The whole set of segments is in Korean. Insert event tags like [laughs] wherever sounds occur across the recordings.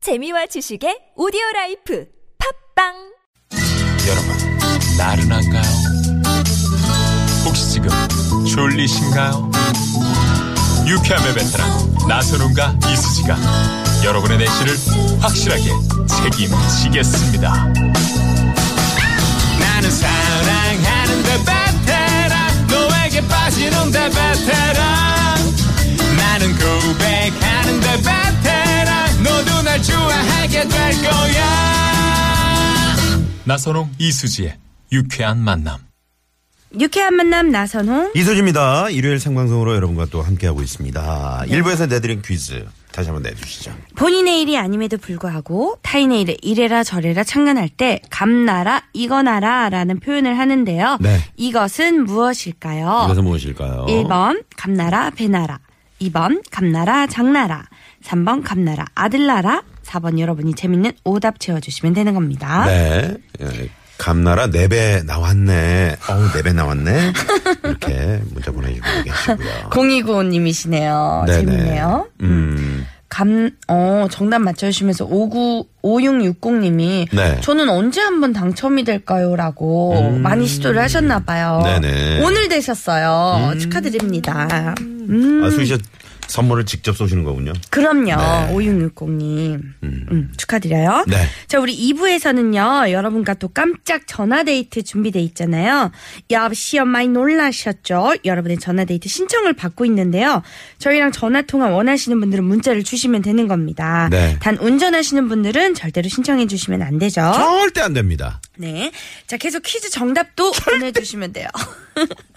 재미와 지식의 오디오 라이프 팝빵 여러분, 나른한가요? 혹시 지금 졸리신가요? 유쾌함의 베테랑 나선웅과 이수지가 여러분의 내실을 확실하게 책임지겠습니다. 나는 사랑하는데 베테랑 너에게 빠지는데 베테랑 나는 고백하는데 베테랑 너도 날 좋아하게 될 거야 나선홍 이수지의 유쾌한 만남 유쾌한 만남 나선홍. 이수지입니다. 일요일 생방송으로 여러분과 또 함께하고 있습니다. 네. 일부에서 내드린 퀴즈 다시 한번 내주시죠. 본인의 일이 아님에도 불구하고 타인의 일에 이래라 저래라 창간할 때 감나라 이거나라라는 표현을 하는데요. 네. 이것은 어. 무엇일까요? 이것은 뭐? 무엇일까요? 1번 감나라 배나라 2번 감나라 장나라 3번 감나라 아들나라 4번 여러분이 재밌는 오답 채워주시면 되는 겁니다. 네. 예, 감나라 네 배 나왔네. 어우, 네 배 나왔네. 이렇게 문자 보내주고 [laughs] 계시고요. 0295님이시네요. 네네. 어, 재밌네요. 음. 감, 어, 정답 맞춰주시면서 59, 5660님이 네. 저는 언제 한번 당첨이 될까요? 라고 많이 시도를 하셨나봐요. 음. 네네. 음. 오늘 되셨어요. 축하드립니다. 음, 아, 수지 씨 선물을 직접 쏘시는 거군요. 그럼요. 네. 5660님. 음, 축하드려요. 네. 자, 우리 2부에서는요, 여러분과 또 깜짝 전화데이트 준비돼 있잖아요. 역시 많이 놀라셨죠? 여러분의 전화데이트 신청을 받고 있는데요. 저희랑 전화통화 원하시는 분들은 문자를 주시면 되는 겁니다. 네. 단, 운전하시는 분들은 절대로 신청해 주시면 안 되죠. 절대 안 됩니다. 네. 자, 계속 퀴즈 정답도 보내주시면 돼요. [laughs]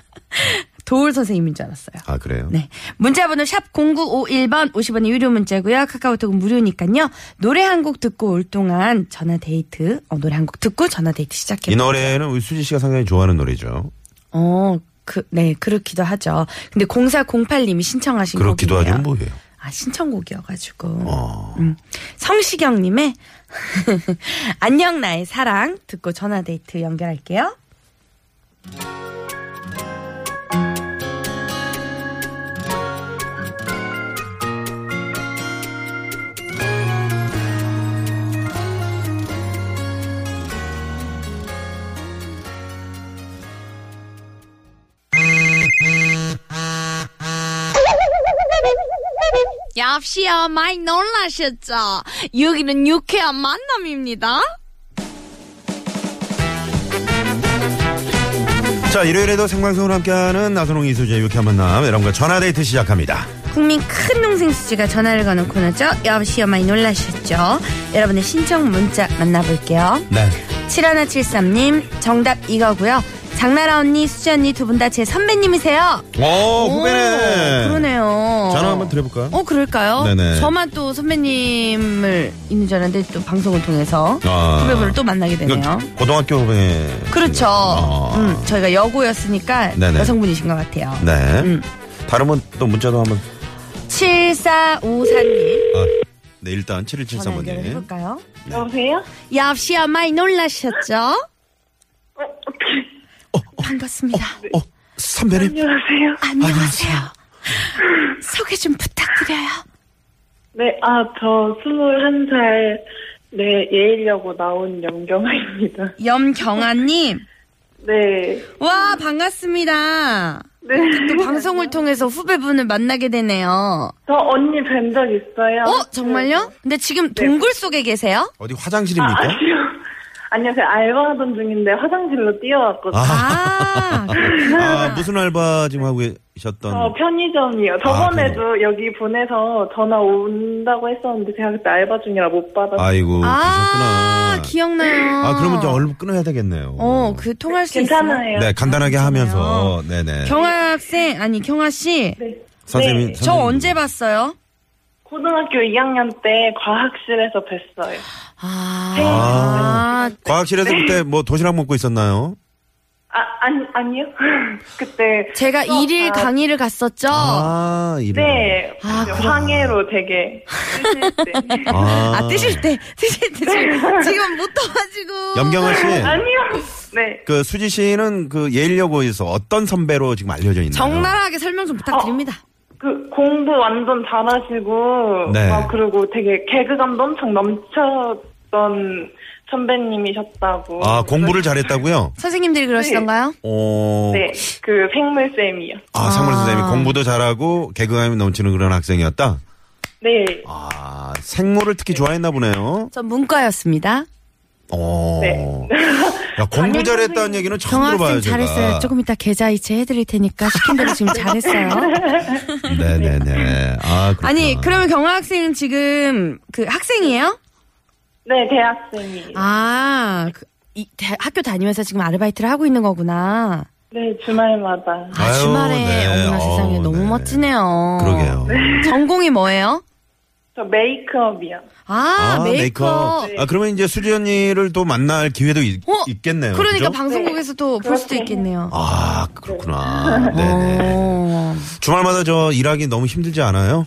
도울 선생님인 줄 알았어요. 아, 그래요? 네. 문자번호 샵 0951번 50원의 유료 문자고요. 카카오톡은 무료니까요. 노래 한 곡 듣고 올 동안 전화 데이트, 어, 노래 한 곡 듣고 전화 데이트 시작해요. 이 노래는 우리 수지 씨가 상당히 좋아하는 노래죠. 어, 그, 네, 그렇기도 하죠. 근데 0408님이 신청하신 그렇기도 곡이에요. 하죠. 뭐예요? 아, 신청곡이어가지고. 어. 음. 성시경님의 [laughs] 안녕 나의 사랑 듣고 전화 데이트 연결할게요. 역시요 많이 놀라셨죠? 여기는 유쾌한 만남입니다. 어. 자, 일요일에도 생방송으로 함께하는 나선홍 이수지의 유쾌한 만남 여러분과 전화데이트 시작합니다. 국민 큰 동생 수지가 전화를 거는 코너죠. 여보시요 많이 놀라셨죠? 여러분의 신청 문자 만나볼게요. 네. 7173님 정답 이거고요. 장나라 언니, 수지 언니 두 분 다 제 선배님이세요. 오, 오, 후배네. 그러네요. 어, 전화 한번 드려볼까요? 어 그럴까요? 네네. 저만 또 선배님을 있는 줄 알았는데 또 방송을 통해서 아. 후배분을 또 만나게 되네요. 이거 고등학교 후배. 그렇죠. 아. 음, 저희가 여고였으니까 네네. 여성분이신 것 같아요. 네. 음. 다른 분 또 문자도 한번. 7454님 아, 네, 일단 전화 연결을 7173번님. 해볼까요? 여보세요? 역시야 많이 놀라셨죠? 어, 반갑습니다. 어, 선배님. 안녕하세요. 안녕하세요. 소개 좀 부탁드려요. 네, 아, 저 21살, 네, 예일여고 나온 염경아입니다. 염경아님, 네, 와 반갑습니다. 네. 또 방송을 통해서 후배분을 만나게 되네요. 저 언니 뵌 적 있어요. 아, 네. 어 정말요? 근데 지금 동굴 속에 계세요? 어디 화장실입니까? [laughs] 아니요. 아니요, 제가 네. 알바하던 중인데 화장실로 뛰어왔거든요. 아, 아, 무슨 알바 지금 하고 계셨던. 저 어, 편의점이요. 저번에도 여기 보내서 전화 온다고 했었는데 제가 그때 알바 중이라 못 받았어요. 아이고, 아 네, 계셨구나. 기억나요. 아, 그러면 이제 얼른 끊어야 되겠네요. 어, 그 통할 수 있어요. 괜찮아요. 네, 간단하게 하면서. 네네. 경아 학생 아니 경아 씨, 네. 선생님. 네. 저 선생님. 언제 봤어요? 고등학교 2학년 때 과학실에서 뵀어요. 아, 과학실에서 그때 뭐 도시락 먹고 있었나요? 아, 아니, 아니요. [laughs] 그때. 제가 수업 일일 다- 강의를 갔었죠. 아, 이래. 네. 아, 그 그렇구나. 황해로 되게 뜨실 때. 아, 아, 뜨실 때, [laughs] 뜨실 때, 지금, 지금 못 떠가지고. 염경아 씨. 아니요. 네. 그 수지 씨는 그 예일여고에서 어떤 선배로 지금 알려져 있나요? 적나라하게 설명 좀 부탁드립니다. 그 공부 완전 잘하시고 네. 막 그리고 되게 개그감도 엄청 넘쳤던 선배님이셨다고. 아, 공부를 잘했다고요? 선생님들이 그러시던가요? 어. 네, 그 생물쌤이요. 아, 상물 선생님이 공부도 잘하고 개그감이 넘치는 그런 학생이었다? 네. 아, 생물을 특히 좋아했나 보네요. 전 문과였습니다. 어. 네. 야, 공부 잘했다는 얘기는 처음 정학생 들어봐요, 제가. 잘했어요. 조금 이따 계좌이체 해드릴 테니까 시킨 대로 지금 잘했어요. 네네네. 아, 그렇구나. 아니 그러면 경화 학생은 지금 그 학생이에요? 네, 대학생이에요. 아, 그, 이, 대- 학교 다니면서 지금 아르바이트를 하고 있는 거구나. 네, 주말마다. 아, 아유, 주말에 네. 어머나 세상에 어우, 너무 네. 멋지네요. 그러게요. 전공이 뭐예요? 저 메이크업이요. 아, 메이크업. 아, 그러면 이제 수지 언니를 또 만날 기회도 있, 어? 겠네요 그러니까 그죠? 방송국에서도 볼 수도 그렇게 있겠네요. 아, 그렇구나. 네네. 어. 주말마다 저 일하기 너무 힘들지 않아요?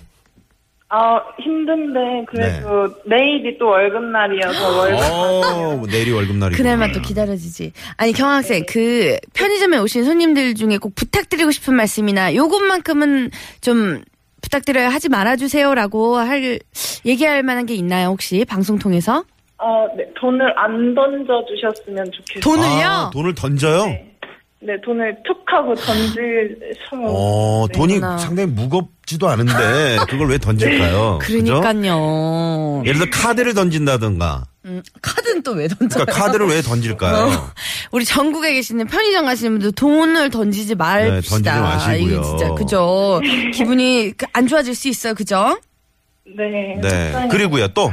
아, 힘든데, 그래도 네. 내일이 또 아. 월급날이어서 월급. 어, 내일이 월급날이. 그날만 또 기다려지지. 아니 경학생 그 편의점에 오신 손님들 중에 꼭 부탁드리고 싶은 말씀이나 요것만큼은 좀 부탁드려요 하지 말아주세요라고 할 얘기할 만한 게 있나요 혹시 방송 통해서 아, 네, 돈을 안 던져주셨으면 좋겠어요. 돈을요? 아, 돈을 던져요? 네, 돈을 툭 하고 던지시면. 어, 돈이 상당히 무겁지도 않은데 그걸 왜 던질까요? 어, 그죠? 그러니까. 그러니까요. 예를 들어 카드를 던진다든가. 음, 카드는 또 왜 던져? 그러니까 카드를 [laughs] 왜 던질까요? 우리 전국에 계시는 편의점 가시는 분들 돈을 던지지 말읍시다. 네, 던지지 마시고요. 이게 진짜 그죠. 기분이 그안 좋아질 수 있어요. 그죠? 네. 네. 적당히. 그리고요, 또.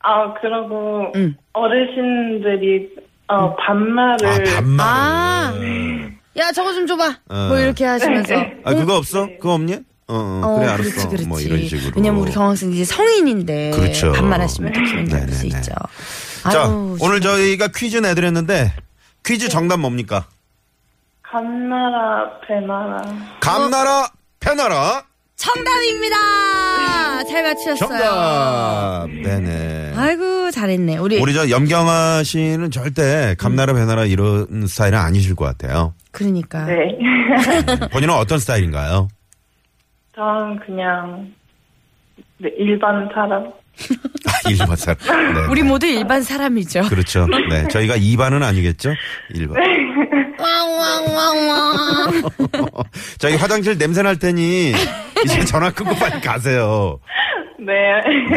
아, 그러고, 음. 어르신들이, 어, 반말을. 아, 아. 반말. 야 저거 좀 줘봐. 어. 뭐 이렇게 하시면서. 아, 그거 없어? 그거 없니? 어, 어, 그래, 알았어. 그렇지, 그렇지. 뭐 이런 식으로. 왜냐면 우리 경학생 이제 성인인데 그렇죠. 반말하시면 또 기분 나쁠 수 네네네. 있죠. 자, 아유, 네. 오늘 저희가 퀴즈 내드렸는데 퀴즈 정답 뭡니까? 감나라, 배나라. 뭐? 아. 감나라, 패나라. 정답입니다. 잘 맞추셨어요. 정답. 네네. 아이고 잘했네. 우리 우리 저 염경아 씨는 절대 감나라 배나라 이런 스타일은 아니실 것 같아요. 그러니까 네. [laughs] 음. 본인은 어떤 스타일인가요? 전 그냥, 네, 일반 사람. 아, 일반 사람. 네. 우리 뭐- 모두 일반 [laughs] 사람이죠. 그렇죠. 네. 저희가 2반은 아니겠죠? 네. 1반. 왕왕왕왕. [laughs] 저희 화장실 냄새 날 테니 이제 전화 끊고 빨리 가세요. 네.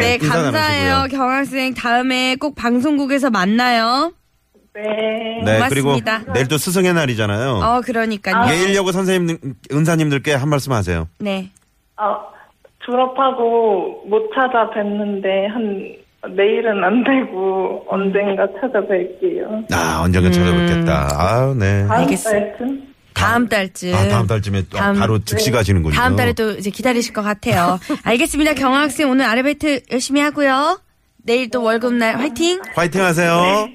[laughs] 네 인사 감사해요 나누시고요. 경학생 다음에 꼭 방송국에서 만나요. 네. 네. 고맙습니다. 그리고 내일 또 스승의 날이잖아요. 어 그러니까요. 예일여고 선생님, 은사님들께 한 말씀 하세요. 네. 아, 졸업하고 못 찾아뵀는데, 한, 내일은 안 되고, 언젠가 찾아뵐게요. 아, 음. 언젠가 찾아뵙겠다. 아, 네. 다음 알겠어요. 달쯤? 다음 달쯤. 아, 다음 달쯤에 또 네. 다음- 바로 즉시 가시는군요. 다음 달에 또 이제 기다리실 것 [laughs] 같아요. 알겠습니다. 경학생 오늘 아르바이트 열심히 하고요. 내일 또 월급날 화이팅. 화이팅 하세요.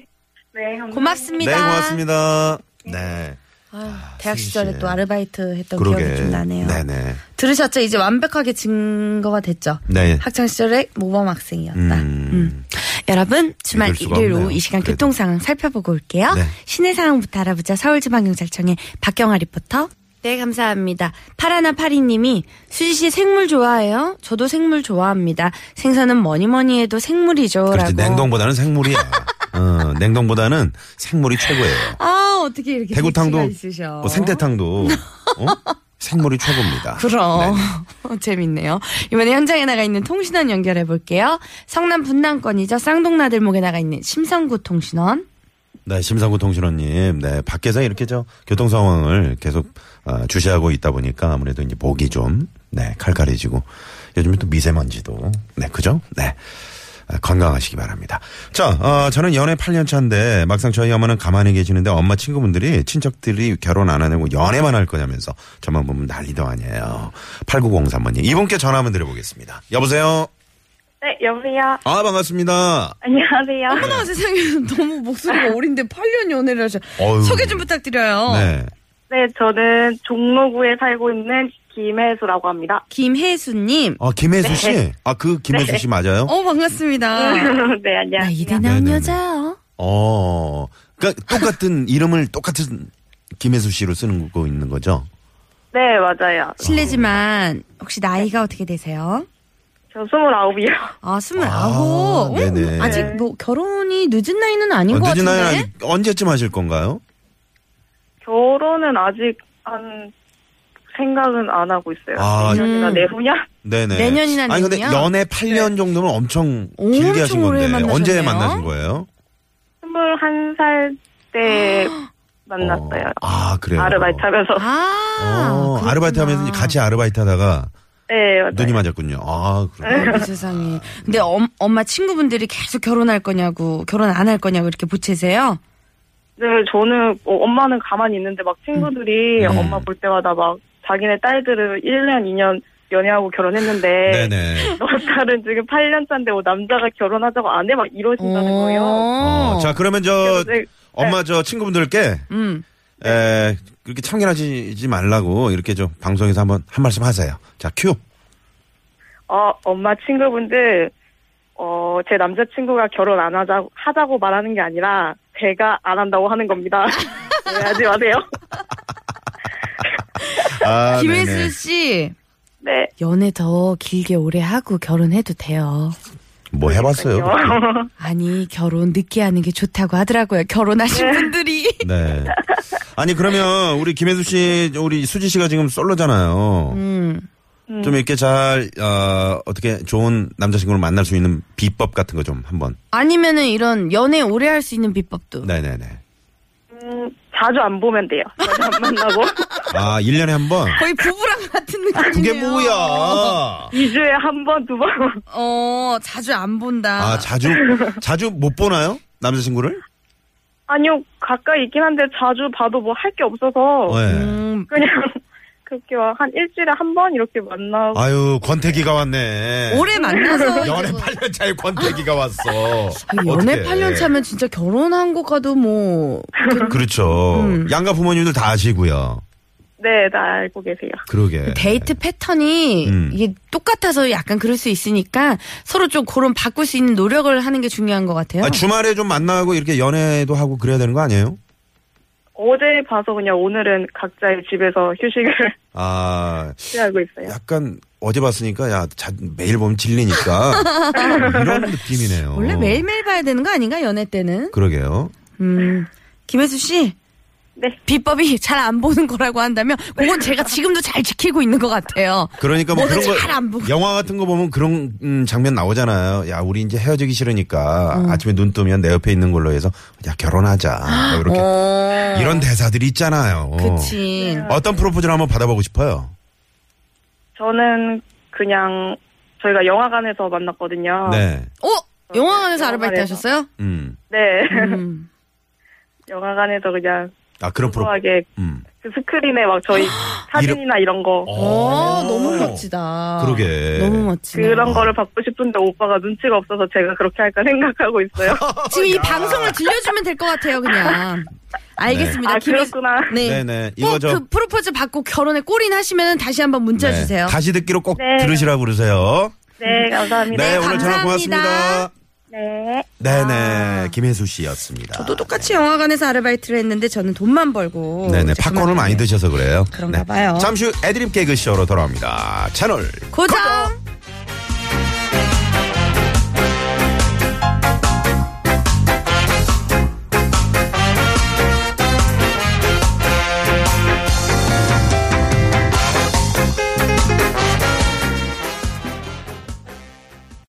네, 감사합니다. 고맙습니다. 네, 고맙습니다. 네. 대학 승희 시절에 씨. 또 아르바이트 했던 그러게. 기억이 좀 나네요. 네네. 들으셨죠? 이제 완벽하게 증거가 됐죠. 네. 학창 시절의 모범 학생이었다. 음. 음. 여러분 주말 믿을 수가 일요일 오후 없네요. 이 시간 그래도. 교통 상황 살펴보고 올게요. 네. 시내 상황부터 알아보자. 서울지방경찰청의 박경아 리포터. 네 감사합니다. 파라나 파리님이 수지 씨 생물 좋아해요? 저도 생물 좋아합니다. 생선은 뭐니 뭐니 해도 생물이죠라고. 그렇지. 냉동보다는 생물이야. [laughs] 어, 냉동보다는 생물이 최고예요. 아 어떻게 이렇게 대구탕도, 재치가 있으셔. 뭐 [laughs] 생태탕도, 어? 생물이 최고입니다. 그럼 네. [laughs] 재밌네요. 이번에 현장에 나가 있는 통신원 연결해 볼게요. 성남 분당권이죠. 쌍둥나들목에 나가 있는 심성구 통신원. 네, 심상구 통신원님, 네, 밖에서 이렇게 저 교통 상황을 계속 어, 주시하고 있다 보니까 아무래도 이제 목이 좀, 네, 칼칼해지고 요즘에 또 미세먼지도, 네, 그죠? 네. 아, 건강하시기 바랍니다. 자, 어, 저는 연애 8년 차인데 막상 저희 어머는 가만히 계시는데 엄마 친구분들이 친척들이 결혼 안 하고 연애만 할 거냐면서 저만 보면 난리도 아니에요. 8903번님, 이분께 전화 한번 드려보겠습니다. 여보세요? 네, 여보세요. 아, 반갑습니다. 안녕하세요. 어머나 [laughs] 세상에 너무 목소리가 어린데 8년 연애를 하셔. 어휴. 소개 좀 부탁드려요. 네. 네, 저는 종로구에 살고 있는 김혜수라고 합니다. 김혜수님. 아, 김혜수 네. 씨? 아, 그 김혜수 씨 맞아요? 어 반갑습니다. [laughs] 네, 나 안녕하세요. 아, 이대 나온 네네네. 여자요. [laughs] 어, 그러니까 똑같은 이름을 똑같은 김혜수 씨로 쓰는 거 있는 거죠? 네, 맞아요. 실례지만 혹시 나이가 어떻게 되세요? 저 29이요. [laughs] 아, 스물아홉. 아, 네네. 음, 아직 뭐 결혼이 늦은 나이는 아닌 어, 것 늦은 같은데. 나이 아니- 언제쯤 하실 건가요? 결혼은 아직 안 생각은 안 하고 있어요. 아. 내년이나 내후년? 네네. 내년이나 아니 근데 내년이요? 네. 연애 8년 정도면 엄청 엄청 길게 하신 오래 건데 만나셨네요. 언제 만나신 거예요? 21살 [gasps] 때 만났어요. 어, 아 그래요. 아르바이트 하면서. 아, 어, 그렇구나. 아르바이트 하면서 이제 같이 아르바이트 하다가 네, 맞아요. 눈이 맞았군요. 아 그래요. 아이고, 어, 세상에. 근데 엄, 엄마 친구분들이 계속 결혼할 거냐고, 결혼 안 할 거냐고 이렇게 보채세요? 네, 저는 어, 엄마는 가만히 있는데 막 친구들이 음. 엄마 볼 때마다 막 자기네 딸들을 1년, 2년 연애하고 결혼했는데 네네. [laughs] 너 딸은 지금 8년 차인데 뭐 남자가 결혼하자고 안 해? 막 이러신다는 거예요. 어, 자 그러면 저 그래서 네, 엄마 저 친구분들께 음. 에, 그렇게 참견하지 말라고 이렇게 좀 방송에서 한번 한 말씀 하세요. 자 큐. 어, 엄마 친구분들, 어, 제 남자친구가 결혼 안 하자, 하자고 말하는 게 아니라, 제가 안 한다고 하는 겁니다. 네, 오해하지 마세요. 아, 네네. [laughs] 김혜수 씨. 네. [laughs] 연애 더 길게 오래 하고 결혼해도 돼요. 뭐 해봤어요? 그렇게? 아니, 결혼 늦게 하는 게 좋다고 하더라고요. 결혼하신 분들이. [laughs] 네. 아니 그러면 우리 김혜수 씨, 우리 수지 씨가 지금 솔로잖아요. 음. 좀 이렇게 잘 어, 어떻게 좋은 남자친구를 만날 수 있는 비법 같은 거 좀 한번. [laughs] 아니면은 이런 연애 오래 할 수 있는 비법도. 네네네. 음, 자주 안 보면 돼요. 자주 안 만나고. 아 1년에 한 번. 거의 부부랑 같은 느낌이에요. 아, 아. 그게 뭐야? 2주에 한 번, 두 번. 어, 자주 안 본다. 아 자주 자주 못 보나요 남자친구를? 아니요, 가까이 있긴 한데, 자주 봐도 뭐 할 게 없어서, 네. 음, 그냥, [laughs] 그렇게 막 한 일주일에 한 번 이렇게 만나고. 아유 권태기가 왔네. 오래 만나서. [laughs] 연애 이거- 8년 차에 권태기가 왔어. 아니, 연애 어떡해. 8년 차면 진짜 결혼한 것과도 뭐. 그렇죠. 음. 양가 부모님들 다 아시고요. 네, 다 알고 계세요. 그러게. 데이트 패턴이 네. 음. 이게 똑같아서 약간 그럴 수 있으니까 서로 좀 그런 바꿀 수 있는 노력을 하는 게 중요한 것 같아요. 아, 주말에 좀 만나고 이렇게 연애도 하고 그래야 되는 거 아니에요? 어제 봐서 그냥 오늘은 각자의 집에서 휴식을 [laughs] 아 취하고 있어요. 약간 어제 봤으니까 야 자, 매일 보면 [laughs] 질리니까 이런 느낌이네요. 원래 매일매일 봐야 되는 거 아닌가, 연애 때는? 그러게요. 음. 김혜수 씨. 네. 비법이 잘 안 보는 거라고 한다면, 그건 제가 지금도 잘 지키고 있는 것 같아요. 그러니까 뭐 뭐든 그런 거 잘안 보고. 영화 같은 거 보면 그런 음, 장면 나오잖아요. 야 우리 이제 헤어지기 싫으니까 음. 아침에 눈 뜨면 내 옆에 있는 걸로 해서 야 결혼하자 이렇게 어. 이런 대사들이 있잖아요. 그치. 어떤 프로포즈를 한번 받아보고 싶어요? 저는 그냥 저희가 영화관에서 만났거든요. 네. 어? 영화관에서 네, 아르바이트 영화관에서. 하셨어요? 음. 네. [laughs] 음. 영화관에서 그냥 아 그런 프로. 소소하게 음. 그 스크린에 막 저희 사진이나 이런 거 어, 너무 멋지다. 그러게. 너무 멋지네. 그런 거를 받고 싶은데 오빠가 눈치가 없어서 제가 그렇게 할까 생각하고 있어요. 아, 지금 이 방송을 들려주면 될 것 같아요, 그냥. 알겠습니다. 아 김혜수- 그렇구나. 네. 네. 네네. 이거 꼭 저 그 프로포즈 받고 결혼에 꼬린 하시면 다시 한번 문자 네. 주세요. 다시 듣기로 꼭 네. 들으시라고 그러세요. 네 감사합니다. 네, 오늘 전화 감사합니다. 고맙습니다. 네. 네네. 김혜수 씨였습니다. 저도 똑같이 네. 영화관에서 아르바이트를 했는데 저는 돈만 벌고 네네. 이제 팝콘을 많이 드셔서 그래요. 네. 그런가 봐요. 잠시 후 애드립 개그쇼로 돌아옵니다. 채널 고정.